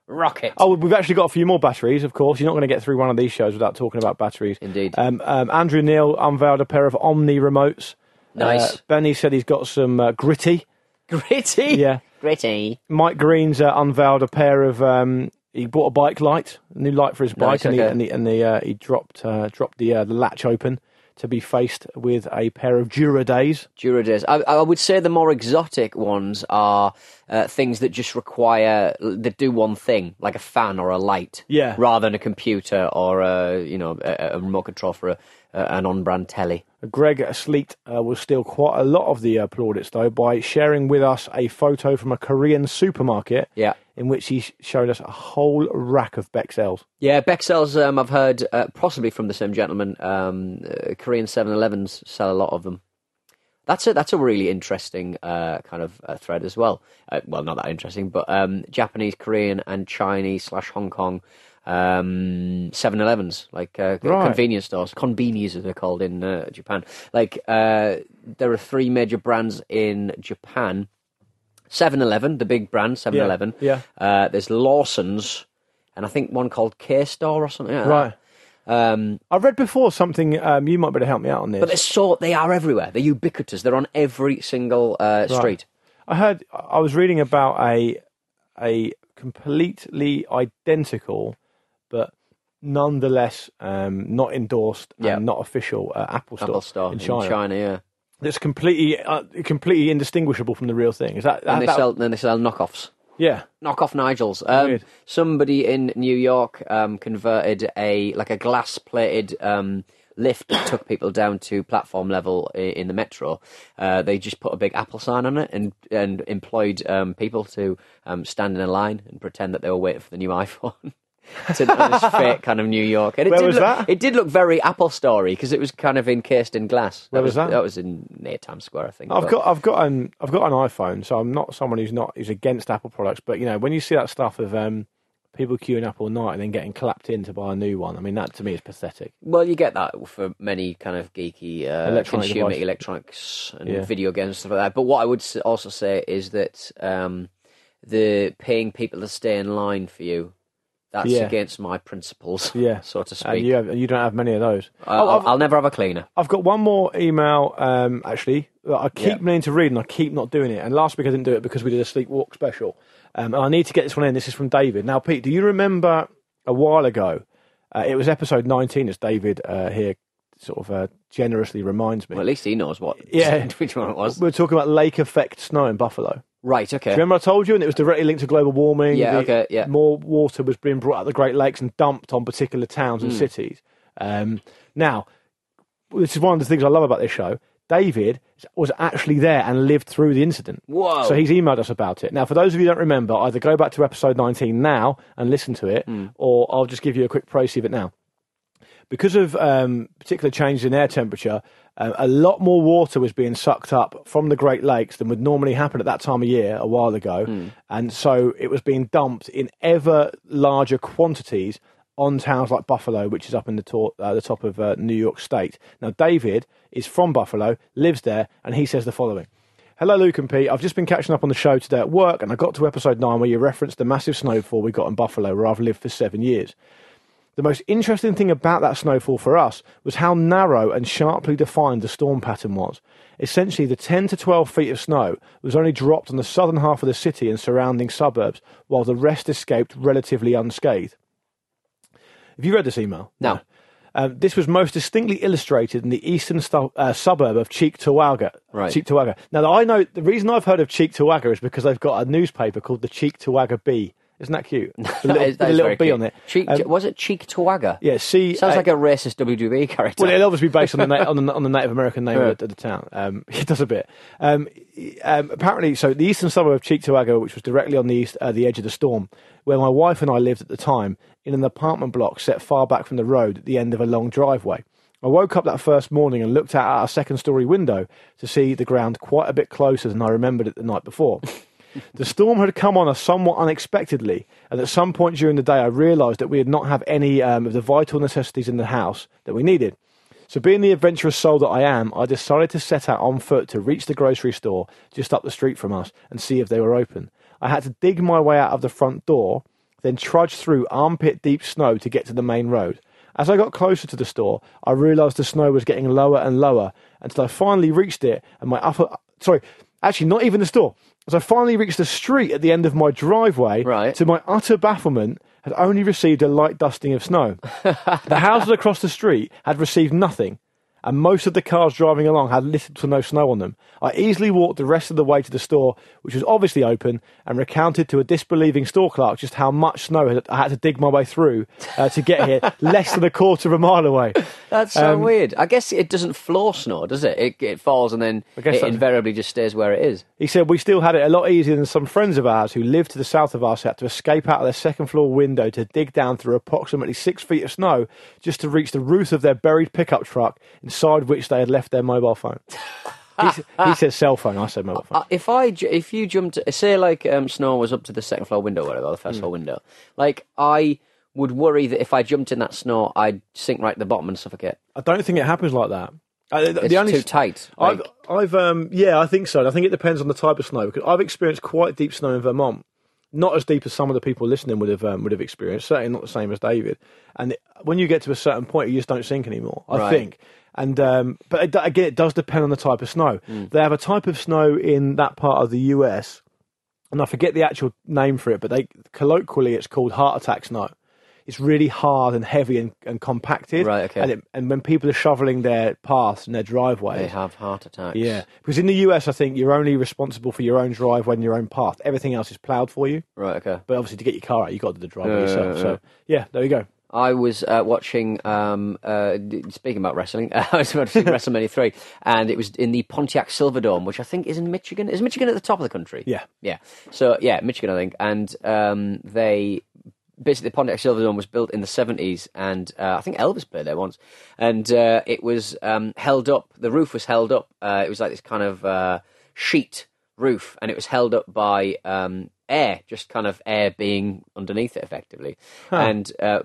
Rocket. [laughs] Oh, we've actually got a few more batteries, of course. You're not going to get through one of these shows without talking about batteries. Indeed. Um, um, Andrew Neil unveiled a pair of Omni remotes. Nice. Uh, Benny said he's got some [laughs] uh, gritty. Gritty. Yeah. Gritty. Mike Green's uh, unveiled a pair of. Um, he bought a bike light, a new light for his Nice, bike, and, okay. he, and he and the, uh, he dropped uh, dropped the uh, the latch open to be faced with a pair of Dura Days. Duradays. I, I would say the more exotic ones are uh, things that just require that do one thing, like a fan or a light, Yeah. rather than a computer or a you know a, a remote control for a, a, an on-brand telly. Greg Sleet uh, will steal quite a lot of the uh, plaudits though by sharing with us a photo from a Korean supermarket. Yeah. In which he sh- showed us a whole rack of Bexels. Yeah, Bexels. Um, I've heard uh, possibly from the same gentleman. Um, uh, Korean 7-Elevens sell a lot of them. That's a that's a really interesting uh, kind of uh, thread as well. Uh, well, not that interesting, but um, Japanese, Korean, and Chinese slash Hong Kong um 7-Elevens, like uh, Right. convenience stores, convenies as they're called in uh, Japan. Like uh, there are three major brands in Japan. 7-Eleven, the big brand, 7-Eleven. Yeah, Uh, there's Lawson's, and I think one called K Store or something. Like Right. That. Um, I read before something. Um, you might be able to help me out on this. but they're so they are everywhere. They're ubiquitous. They're on every single uh, street. I heard I was reading about a a completely identical, but nonetheless um, not endorsed Yeah. and not official uh, Apple Store, Apple Store in China. yeah. That's completely uh, completely indistinguishable from the real thing. Is that, that, And they that- sell then they sell knockoffs. Yeah, Knockoff Nigel's. Um, Weird. somebody in New York um, converted a like a glass plated um, lift that took people down to platform level i- in the metro. Uh, they just put a big apple sign on it and and employed um, people to um, stand in a line and pretend that they were waiting for the new [laughs] iPhone. to this fake kind of New York, and it Where did was look, that? It did look very Apple Story because it was kind of encased in glass. Where was that? That was in near Times Square, I think. I've but- got I've got an I've got an iPhone, so I'm not someone who's not who's against Apple products. But you know, when you see that stuff of um, people queuing up all night and then getting clapped in to buy a new one, I mean that to me is pathetic. Well, you get that for many kind of geeky uh, Electronic consumer devices. electronics and Yeah. video games and stuff like that. But what I would s- also say is that um, the paying people to stay in line for you That's Yeah. against my principles, Yeah. [laughs] so to speak. And you, have, you don't have many of those. I- Oh, I'll, I've, I'll never have a cleaner. I've got one more email, um, actually, that I keep Yeah. meaning to read and I keep not doing it. And last week I didn't do it because we did a sleepwalk special. Um, and I need to get this one in. This is from David. Now, Pete, do you remember a while ago? Uh, it was episode 19, as David uh, here sort of uh, generously reminds me. Well, at least he knows what Yeah. [laughs] which one it was. we were talking about lake effect snow in Buffalo. Right. Do Okay. you [laughs] remember I told you, and it was directly linked to global warming. Yeah, the- okay, yeah. More water was being brought out of the Great Lakes and dumped on particular towns Hmm. and cities. Um, now, this is one of the things I love about this show. David was actually there and lived through the incident. Whoa. So he's emailed us about it. Now, for those of you who don't remember, either go back to episode 19 now and listen to it, Hmm. or I'll just give you a quick précis of it now because of um, particular changes in air temperature, uh, a lot more water was being sucked up from the Great Lakes than would normally happen at that time of year a while ago. And so it was being dumped in ever larger quantities on towns like Buffalo, which is up in the, tor- uh, the top of uh, New York State. Now, David is from Buffalo, lives there, and he says the following. Hello, Luke and Pete. I've just been catching up on the show today at work, and I got to episode 9 where you referenced the massive snowfall we got in Buffalo, where I've lived for seven years. The most interesting thing about that snowfall for us was how narrow and sharply defined the storm pattern was. Essentially, the 10 to 12 feet of snow was only dropped on the southern half of the city and surrounding suburbs, while the rest escaped relatively unscathed. Have you read this email? No. Um, this was most distinctly illustrated in the eastern stu- uh, suburb of Cheektowaga. Right. Cheektowaga. Now, I know the reason I've heard of Cheektowaga is because they've got a newspaper called the Cheektowaga Bee. Isn't that [laughs] cute? With a little, That is- that with a is little very bee cute. on it. Cheek, Um, was it Cheek Tawaga? yeah, see, Sounds uh, like a racist WWE character. well, it'll obviously be based on [laughs] the, na- on, the on the Native American name of, the, of the town. Um, [laughs] it does a bit. Um, e- um, apparently, so the eastern suburb of Cheektowaga, which was directly on the east, uh, the edge of the storm, where my wife and I lived at the time, in an apartment block set far back from the road at the end of a long driveway. I woke up that first morning and looked out our second story window to see the ground quite a bit closer than I remembered it the [laughs] night before. The storm had come on us somewhat unexpectedly, and at some point during the day, I realised that we had not have any um, of the vital necessities in the house that we needed. So, being the adventurous soul that I am, I decided to set out on foot to reach the grocery store just up the street from us and see if they were open. I had to dig my way out of the front door, then trudge through armpit deep snow to get to the main road. As I got closer to the store, I realised the snow was getting lower and lower until I finally reached it and my upper. Sorry, actually, not even the store. As I finally reached the street at the end of my driveway, Right. to my utter bafflement, had only received a light dusting of snow. the houses across the street had received nothing, and most of the cars driving along had little to no snow on them. I easily walked the rest of the way to the store, which was obviously open, and recounted to a disbelieving store clerk just how much snow had- I had to dig my way through uh, to get here, less than a quarter of a mile away. That's um, so weird. I guess it doesn't floor snow, does it? It, it falls and then I guess it that- invariably just stays where it is. He said, We still had it a lot easier than some friends of ours who lived to the south of us who had to escape out of their second floor window to dig down through approximately six feet of snow just to reach the roof of their buried pickup truck, inside which they had left their [laughs] mobile phone. he, s- he says cell phone, I said mobile phone. Uh, if I ju- if you jumped, say like um, snow was up to the second floor window, whatever, or the Hmm. first floor window, like I would worry that if I jumped in that snow, I'd sink right to the bottom and suffocate. I don't think it happens like that. Uh, the- It's the only too tight. I've, like- I've, um, yeah, I think so. And I think it depends on the type of snow because I've experienced quite deep snow in Vermont, not as deep as some of the people listening would have um, would have experienced. Certainly not the same as David. And it- when you get to a certain point, you just don't sink anymore. I Right. think. And um, but it, do- again, it does depend on the type of snow. Mm. They have a type of snow in that part of the US, and I forget the actual name for it, but they colloquially it's called heart attack snow. It's really hard and heavy and, and compacted. Right, okay. And, it, and when people are shoveling their paths and their they driveways, have heart attacks. yeah, because in the US, I think you're only responsible for your own driveway and your own path. Everything else is ploughed for you. Right. Okay. But obviously, to get your car out, you've got to do the driveway Yeah, yourself. yeah, So, yeah, there you go. I was uh, watching. Um, uh, d- speaking about wrestling, [laughs] I was [laughs] watching WrestleMania three, and it was in the Pontiac Silverdome, which I think is in Michigan. Is Michigan at the top of the country? Yeah. yeah. So yeah, Michigan, I think, and um, they basically the Pontiac Silverdome was built in the seventies, and uh, I think Elvis played there once, and uh, it was um, held up. The roof was held up. Uh, it was like this kind of uh, sheet roof, and it was held up by um, air, just kind of air being underneath it, effectively. And uh,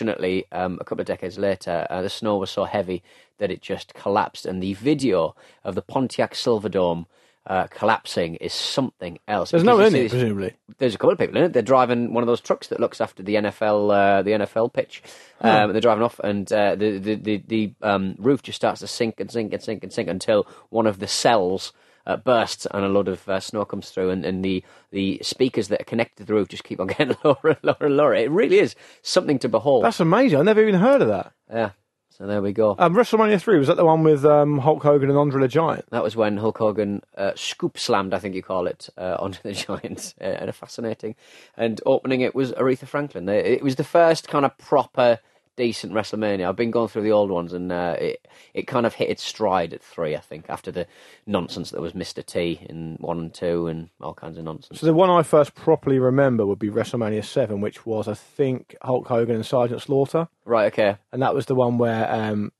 unfortunately, um, a couple of decades later, uh, the snow was so heavy that it just collapsed, and the video of the Pontiac Silverdome uh, collapsing is something else. There's Because no you in see it, this- presumably. there's a couple of people in it. They're driving one of those trucks that looks after the NFL, uh, the NFL pitch. Um, They're driving off, and uh, the the the, the um, roof just starts to sink and sink and sink and sink until one of the cells. Uh, bursts and a lot of uh, snow comes through, and, and the the speakers that are connected to the roof just keep on [laughs] getting lower and lower and lower. It really is something to behold. That's amazing. I never even heard of that. yeah. So there we go. Um, WrestleMania three was that the one with um, Hulk Hogan and Andre the Giant? That was when Hulk Hogan uh, scoop slammed, I think you call it, uh, [laughs] onto the Giants uh, in a fascinating. And opening it was Aretha Franklin. They- It was the first kind of proper, decent WrestleMania. I've been going through the old ones, and uh, it it kind of hit its stride at three, I think, after the nonsense that was Mr. T in one and two and all kinds of nonsense. So the one I first properly remember would be WrestleMania seven, which was I think Hulk Hogan and Sergeant Slaughter, Right, okay. and that was the one where um,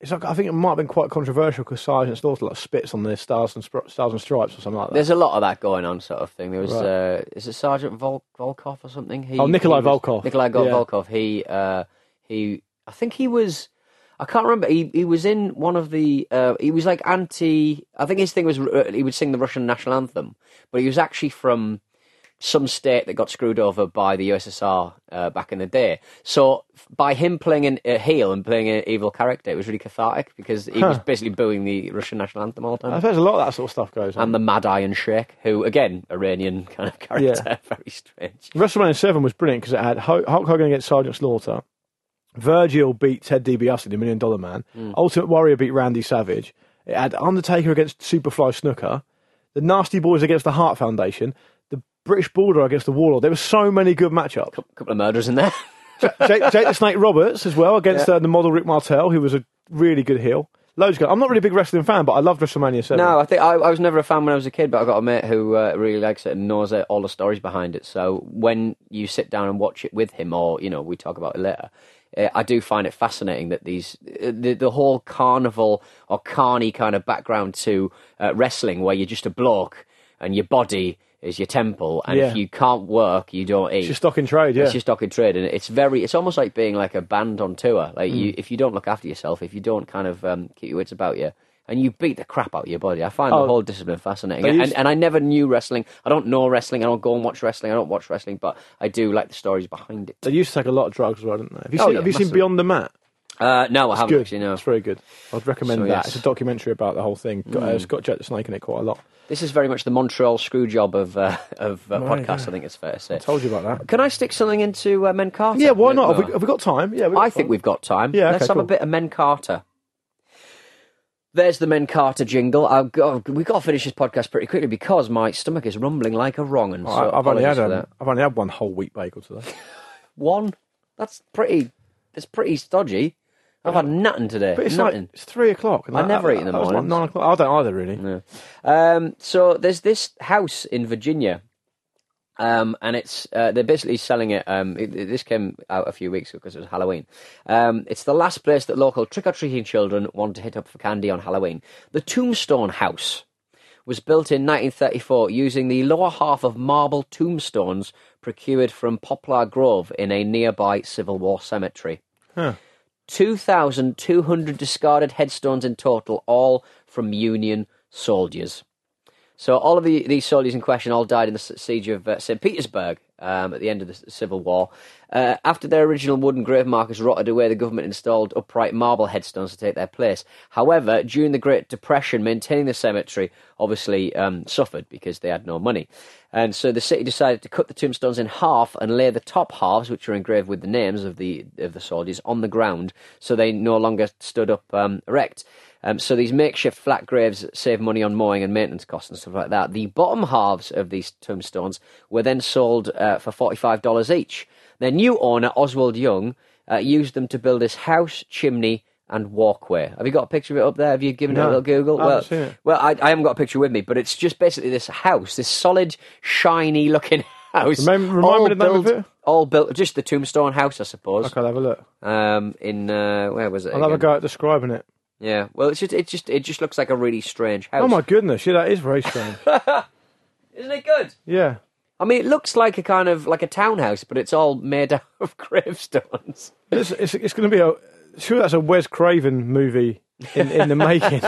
it's like, I think it might have been quite controversial because Sergeant Slaughter like spits on the stars and Stri- stars and stripes or something like that. There's a lot of that going on, sort of thing. There was, Right. uh, is it Sergeant Vol- Volkov or something? He, Oh, Nikolai he was- Volkov. Nikolai Go- Yeah. Volkov. He, uh, he, I think he was. I can't remember. He he was in one of the. Uh, he was like anti. I think his thing was uh, he would sing the Russian national anthem, but he was actually from some state that got screwed over by the USSR uh, back in the day. So f- by him playing an, a heel and playing an evil character, it was really cathartic because he was basically booing the Russian national anthem all the time I suppose a lot of that sort of stuff goes on. and the Mad Iron Sheikh, who again Iranian [laughs] kind of character, very strange. WrestleMania 7 was brilliant because it had Hulk Hulk Hogan against Sergeant Slaughter. Virgil beat Ted DiBiase, the Million Dollar Man. Hmm. Ultimate Warrior beat Randy Savage. It had Undertaker against Superfly Snooker. The Nasty Boys against the Hart Foundation. The British Bulldog against the Warlord. There were so many [laughs] good matchups. A couple of murders in there. Jake, Jake the Snake Roberts as well against uh, the model Rick Martel, who was a really good heel. Loads of good. I'm not really a big wrestling fan, but I loved WrestleMania 7. no, I think I, I was never a fan when I was a kid, but I got a mate who uh, really likes it and knows it, all the stories behind it. So when you sit down and watch it with him, or you know, we talk about it later. Uh, I do find it fascinating that these uh, the, the whole carnival or carny kind of background to uh, wrestling, where you're just a bloke and your body is your temple, and Yeah. if you can't work, you don't eat. It's your stock in trade, yeah. It's your stock in trade, and it's very. It's almost like being like a band on tour. Like Mm. you, if you don't look after yourself, if you don't kind of um, keep your wits about you, and you beat the crap out of your body, I find Oh. the whole discipline fascinating. They And, used- and I never knew wrestling. I don't know wrestling. I don't go and watch wrestling. I don't watch wrestling, but I do like the stories behind it. They used to take a lot of drugs as well, didn't they? Have you Oh, seen, yeah, have you seen massive. Beyond the Mat? Uh, no, I haven't good. actually. No, It's very good. I'd recommend So, that. yes. Hmm. It's a documentary about the whole thing. Got, uh, it's got Jack the Snake in it quite a lot. this is very much the Montreal screw job of uh, of uh, My podcasts. God. I think it's fair to say. Told you about that. Can I stick something into uh, Men Carter? Yeah, why No. not? Have we, have we got time? Yeah, I think we've got time. Yeah, let's okay, have a cool. bit of Men Carter. There's the Men Carter jingle. I've got, we've got to finish this podcast pretty quickly because my stomach is rumbling like a wrong. And so I, have only apologies had for um, that. I've only had one whole wheat [laughs] bagel today. one. That's pretty. That's pretty stodgy. I've had nothing today. But it's nothing. like it's three o'clock. And I that- never that- eat in the that was like mornings. nine o'clock. Oh, I don't either really. Yeah. Um, so there's this house in Virginia, um, and it's uh, they're basically selling it. Um, it. it- This came out a few weeks ago because it was Halloween. Um, it's the last place that local trick or treating children want to hit up for candy on Halloween. The Tombstone House was built in 1934 using the lower half of marble tombstones procured from Poplar Grove in a nearby Civil War cemetery. 2,200 discarded headstones in total, all from Union soldiers. So all of the, these soldiers in question all died in the s- siege of uh, St. Petersburg um, at the end of the s- Civil War. Uh, after their original wooden grave markers rotted away, the government installed upright marble headstones to take their place. However, during the Great Depression, maintaining the cemetery obviously um, suffered because they had no money. And so the city decided to cut the tombstones in half and lay the top halves, which were engraved with the names of the of the soldiers, on the ground, so they no longer stood up um, erect. Um, so these makeshift flat graves save money on mowing and maintenance costs and stuff like that. The bottom halves of these tombstones were then sold uh, for forty-five dollars each. Their new owner, Oswald Young, uh, used them to build his house, chimney, and walkway. Have you got a picture of it up there? Have you given it a No, little Google? I haven't well, seen it. well, I, I haven't got a picture with me, but it's just basically this house, this solid, shiny-looking [laughs] house. Remind- remind all me the name of built- it? All built, just the tombstone house, I suppose. Okay, I'll have a look. Um, in uh, where was it? I'll have a again? go at describing it. Yeah, well, it's just it just it just looks like a really strange house. Oh my goodness, yeah, that is [laughs] very strange. Isn't it good? yeah, I mean, it looks like a kind of like a townhouse, but it's all made [laughs] out of gravestones. it's it's, it's going to be a sure that's a Wes Craven movie in, in [laughs] the making.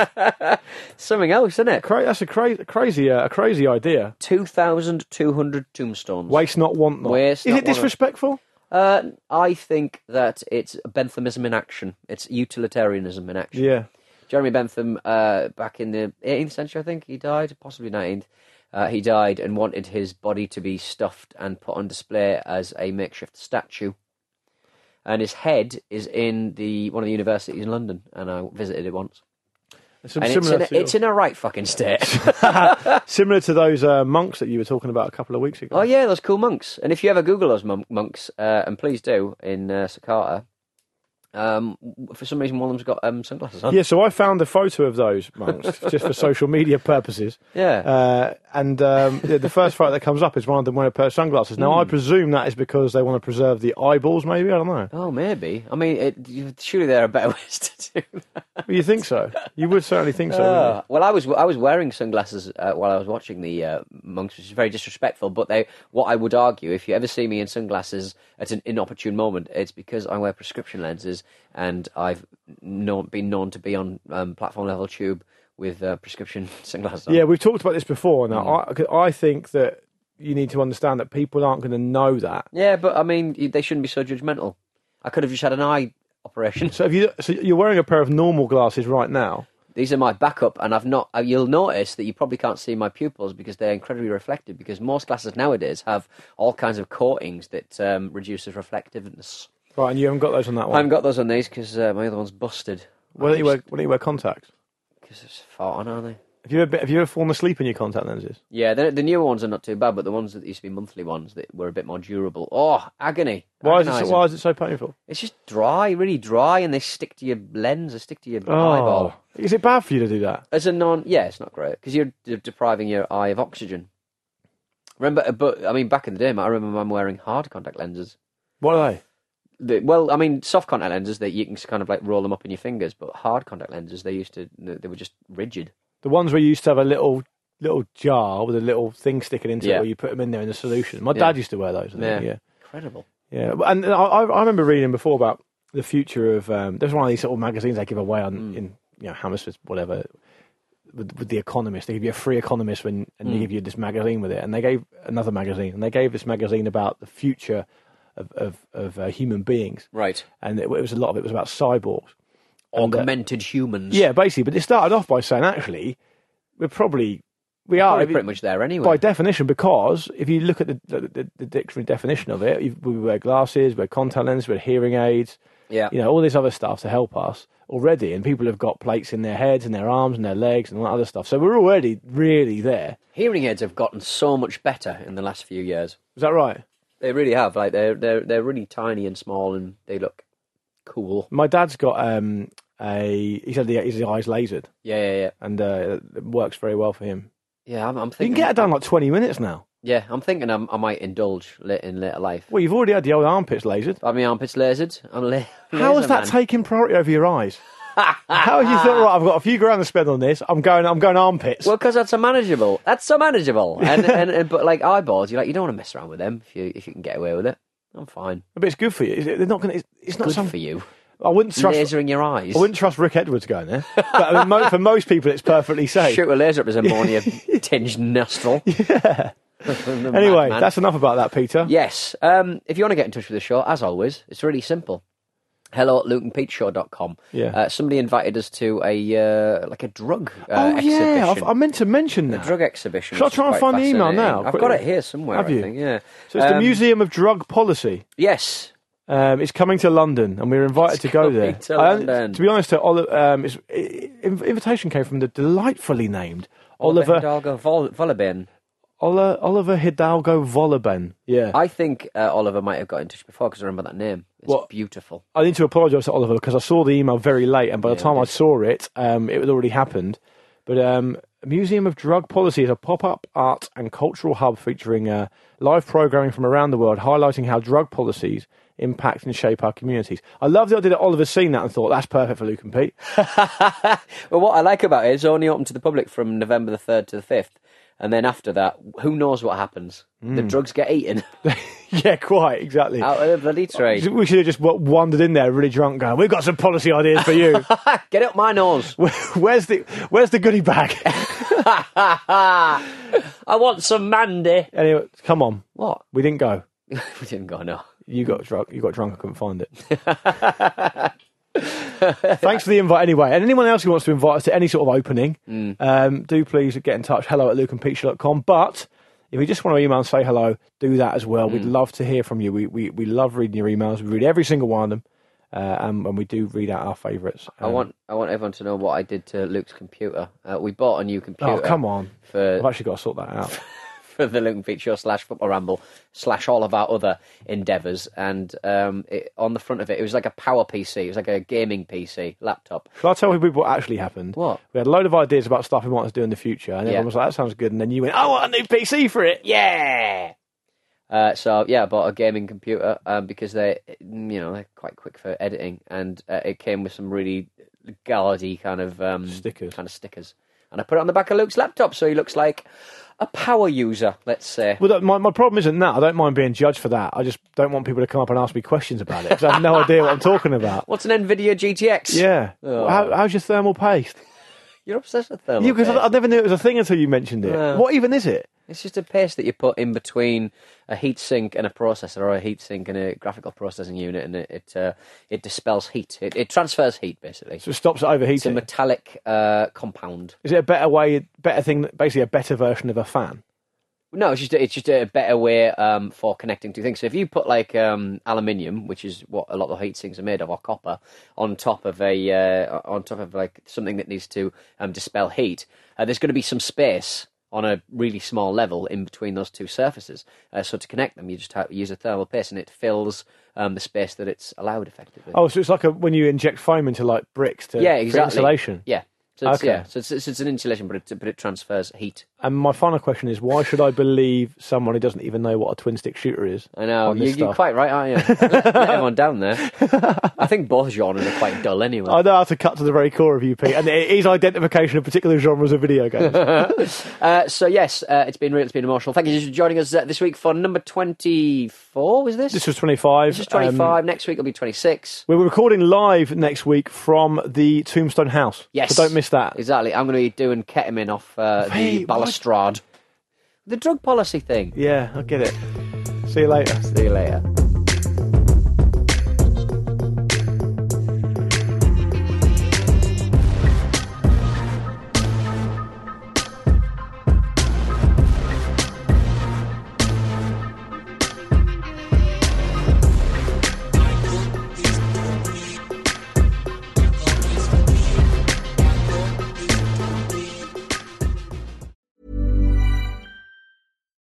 Something else, isn't it? Cra- that's a cra- crazy, uh, a crazy idea. 2,200 tombstones. Waste not, want not. Waste Is not, it want not. disrespectful? Uh, I think that it's Benthamism in action. It's utilitarianism in action. Yeah. Jeremy Bentham, uh, back in the 18th century, I think he died, possibly 19th. Uh, he died and wanted his body to be stuffed and put on display as a makeshift statue. And his head is in the one of the universities in London, and I visited it once. It's And it's similar, in, a, to, it's in a right fucking [laughs] state. similar to those uh, monks that you were talking about a couple of weeks ago. oh yeah, those cool monks. And if you ever Google those mon- monks, uh, and please do in uh, Sakata, um, w- for some reason one of them's got um, sunglasses on. Yeah, so I found a photo of those monks [laughs] just for social media purposes. Yeah. Uh, and um, the, the first photo that comes up is one of them wearing a pair of sunglasses. Now, Hmm. I presume that is because they want to preserve the eyeballs, maybe? I [laughs] don't know. Oh, maybe. I mean, it, you- surely there are better [laughs] ways to do that. But you think so? You would certainly think so. wouldn't you? Uh, well, I was I was wearing sunglasses uh, while I was watching the uh, monks, which is very disrespectful. But they, what I would argue, if you ever see me in sunglasses at an inopportune moment, it's because I wear prescription lenses and I've known, been known to be on um, platform level tube with uh, prescription [laughs] sunglasses. on. Yeah, we've talked about this before. Now, Hmm. I- 'cause I, think that you need to understand that people aren't going to know that. yeah, but I mean, you- they shouldn't be so judgmental. I could have just had an eye operation. [laughs] So, if you so you're wearing a pair of normal glasses right now. These are my backup, and I've not. uh, You'll notice that you probably can't see my pupils because they're incredibly reflective. Because most glasses nowadays have all kinds of coatings that um, reduces reflectiveness. Right, and you haven't got those on that I one. haven't got those on these because uh, my other one's busted. Why don't you wear, why don't you wear contacts? Because it's far on, aren't they? Have you ever, have you ever fallen asleep in your contact lenses? Yeah, the, the newer ones are not too bad, but the ones that used to be monthly ones that were a bit more durable. Oh, agony! Why is, it so, Agonising. why is it so painful? It's just dry, really dry, and they stick to your lens. They stick to your Oh. eyeball. Is it bad for you to do that? as a non yeah it's not great because you're de- depriving your eye of oxygen remember uh, but i mean back in the day mate, i remember i'm wearing hard contact lenses What are they? the, well i mean soft contact lenses that you can s- kind of like roll them up in your fingers but hard contact lenses they used to they they were just rigid The ones where you used to have a little little jar with a little thing sticking into Yeah. it where you put them in there in the solution. My Yeah. dad used to wear those. I think. Yeah. Yeah. yeah. incredible Yeah, but- and I, I I remember reading before about the future of. Um, there's one of these sort of magazines they give away on Mm. in you know Hammersmith, whatever, with, with the Economist. They give you a free Economist when, and Mm. they give you this magazine with it, and they gave another magazine, and they gave this magazine about the future of of, of uh, human beings, right and it, was a lot of it was about cyborgs. And, uh, augmented humans yeah, basically. But it started off by saying actually, we're probably we are Probably pretty much there anyway by definition, because if you look at the, the, the, the dictionary definition of it, you, we wear glasses, we're contact lenses, we're hearing aids, yeah you know, all this other stuff to help us already. And people have got plates in their heads and their arms and their legs and all that other stuff. So we're already really there. hearing aids have gotten so much better in the last few years Is that right? they really have like they're they're, they're really tiny and small and they look cool My dad's got um, a, he's had the, his eyes lasered yeah yeah yeah and uh, it works very well for him. yeah i'm, I'm You thinking can get it done in like 20 minutes now. Yeah, I'm thinking I'm, I might indulge lit in later life. Well, you've already had the old armpits lasered. I mean, armpits lasered. I'm la- How laser is that man. taking priority over your [laughs] eyes? How have you thought, right, I've got a few grand to spend on this, I'm going, I'm going armpits. Well, because that's so manageable. That's so [laughs] manageable. And, and, and but like eyeballs, you like you don't want to mess around with them if you if you can get away with it. I'm fine. But it's good for you. Is it- They're not going. to It's not Good something for you. I wouldn't trust. Lasering your eyes. I wouldn't trust Rick Edwards going there. But I mean, mo- for most people, [laughs] it's perfectly safe. Shoot a laser up his [laughs] ammonia tinged nostril. [laughs] Anyway, Madman. that's enough about that, Peter. Yes. Um, if you want to get in touch with the show, as always, it's really simple. Hello at lukeandpeteshow.com. Yeah. Uh, somebody invited us to a uh, like a drug uh, oh exhibition. yeah, I've, I meant to mention A that. drug exhibition. Shall I which is try and quite find the email fascinating. now, I've quickly? got it here somewhere. Have I you? think, yeah. So it's the Um, Museum of Drug Policy. Yes. Um, it's coming to London, and we were invited It's to go coming there. to I don't- London. to be honest, to Oli- um, it's, i i- invitation came from the delightfully named Oliver Oliver Hidalgo Vol- Volabin. Ola, Oliver Hidalgo Volaben. Yeah, I think uh, Oliver might have got in touch before because I remember that name. It's What? beautiful. [laughs] I need to apologise to Oliver because I saw the email very late, and by the Yeah, time I I did. saw it, um, it had already happened. But um, Museum of Drug Policy is a pop-up art and cultural hub featuring uh, live programming from around the world, highlighting how drug policies impact and shape our communities. I love the idea that Oliver's seen that and thought that's perfect for Luke and Pete. [laughs] well, what I like about it is only open to the public from November the 3rd to the 5th. and then after that, who knows what happens? Hmm. The drugs get eaten [laughs] yeah, quite exactly. out of the bloody [laughs] trade. We should have just w- wandered in there really drunk, going, "We've got some policy ideas for [laughs] you." get up my [laughs] nose! [laughs] Where- where's the Where's the goodie bag? I want some Mandy. [laughs] anyway, come on, What? we didn't go. We didn't go no. You got drunk. You got drunk. I couldn't [laughs] find it. Thanks for the invite, anyway. And anyone else who wants to invite us to any sort of opening, Mm. um, do please get in touch. Hello at lukeandpeach.com. But if you just want to email and say hello, do that as well. Mm. We'd love to hear from you. We, we we love reading your emails. We read every single one of them, uh, and, and we do read out our favourites. I want I want everyone to know what I did to Luke's computer. Uh, we bought a new computer. Oh come on! I've For, actually got to sort that out. for the Luke and Pete Show slash Football Ramble slash all of our other endeavours, and um, it, on the front of it, it was like a power PC. It was like a gaming PC laptop. Shall I tell people what actually happened? What? We had a load of ideas about stuff we wanted to do in the future, and everyone Yeah. was like, that sounds good. And then you went, I want a new PC for it. Yeah. Uh, so yeah, I bought a gaming computer um, because they, you know, they're quite quick for editing, and uh, it came with some really gaudy kind of um, Stickers. kind of stickers, and I put it on the back of Luke's laptop, so he looks like a power user, let's say. Well, that, my, my problem isn't that. I don't mind being judged for that. I just don't want people to come up and ask me questions about it because I [laughs] have no idea what I'm talking about. What's an Nvidia GTX? Yeah. How, how's your thermal paste? you're obsessed with Oh. thermal. You, cause I, I paste. never knew it was a thing until you mentioned it. Yeah. What even is it? It's just a paste that you put in between a heatsink and a processor, or a heatsink and a graphical processing unit, and it it, uh, it dispels heat. It, it transfers heat basically. So it stops it it's a overheating. metallic uh, compound. is it a better way, better thing, basically a better version of a fan? No, it's just it's just a better way um, for connecting two things. So if you put like um, aluminium, which is what a lot of heat sinks are made of, or copper, on top of a uh, on top of like something that needs to um, dispel heat, uh, there's going to be some space on a really small level in between those two surfaces. Uh, so to connect them, you just have, use a thermal paste, and it fills um, the space that it's allowed effectively. Oh, so it's like a, when you inject foam into like bricks to yeah, for exactly. insulation. Yeah. So it's, Okay. yeah, so it's, it's, it's an insulation, but it, but it transfers heat. And my final question is, why should I believe someone who doesn't even know what a twin stick shooter is? I know. on this You, you're stuff? quite right, aren't [laughs] you? [laughs] let, let everyone down there. I think both genres are quite dull anyway. I know how to cut to the very core of you, Pete, and it is identification of particular genres of video [laughs] games. Uh, so, yes, uh, it's been real. It's been emotional. Thank you for joining us uh, this week for number 24, was this? this was 25. This is um, 25. Next week will be 26. we're recording live next week from the Tombstone House. Yes. So don't miss that. Exactly. I'm going to be doing ketamine off uh, the Wait, what? balustrade. The drug policy thing. Yeah, I get it. See you later. See you later.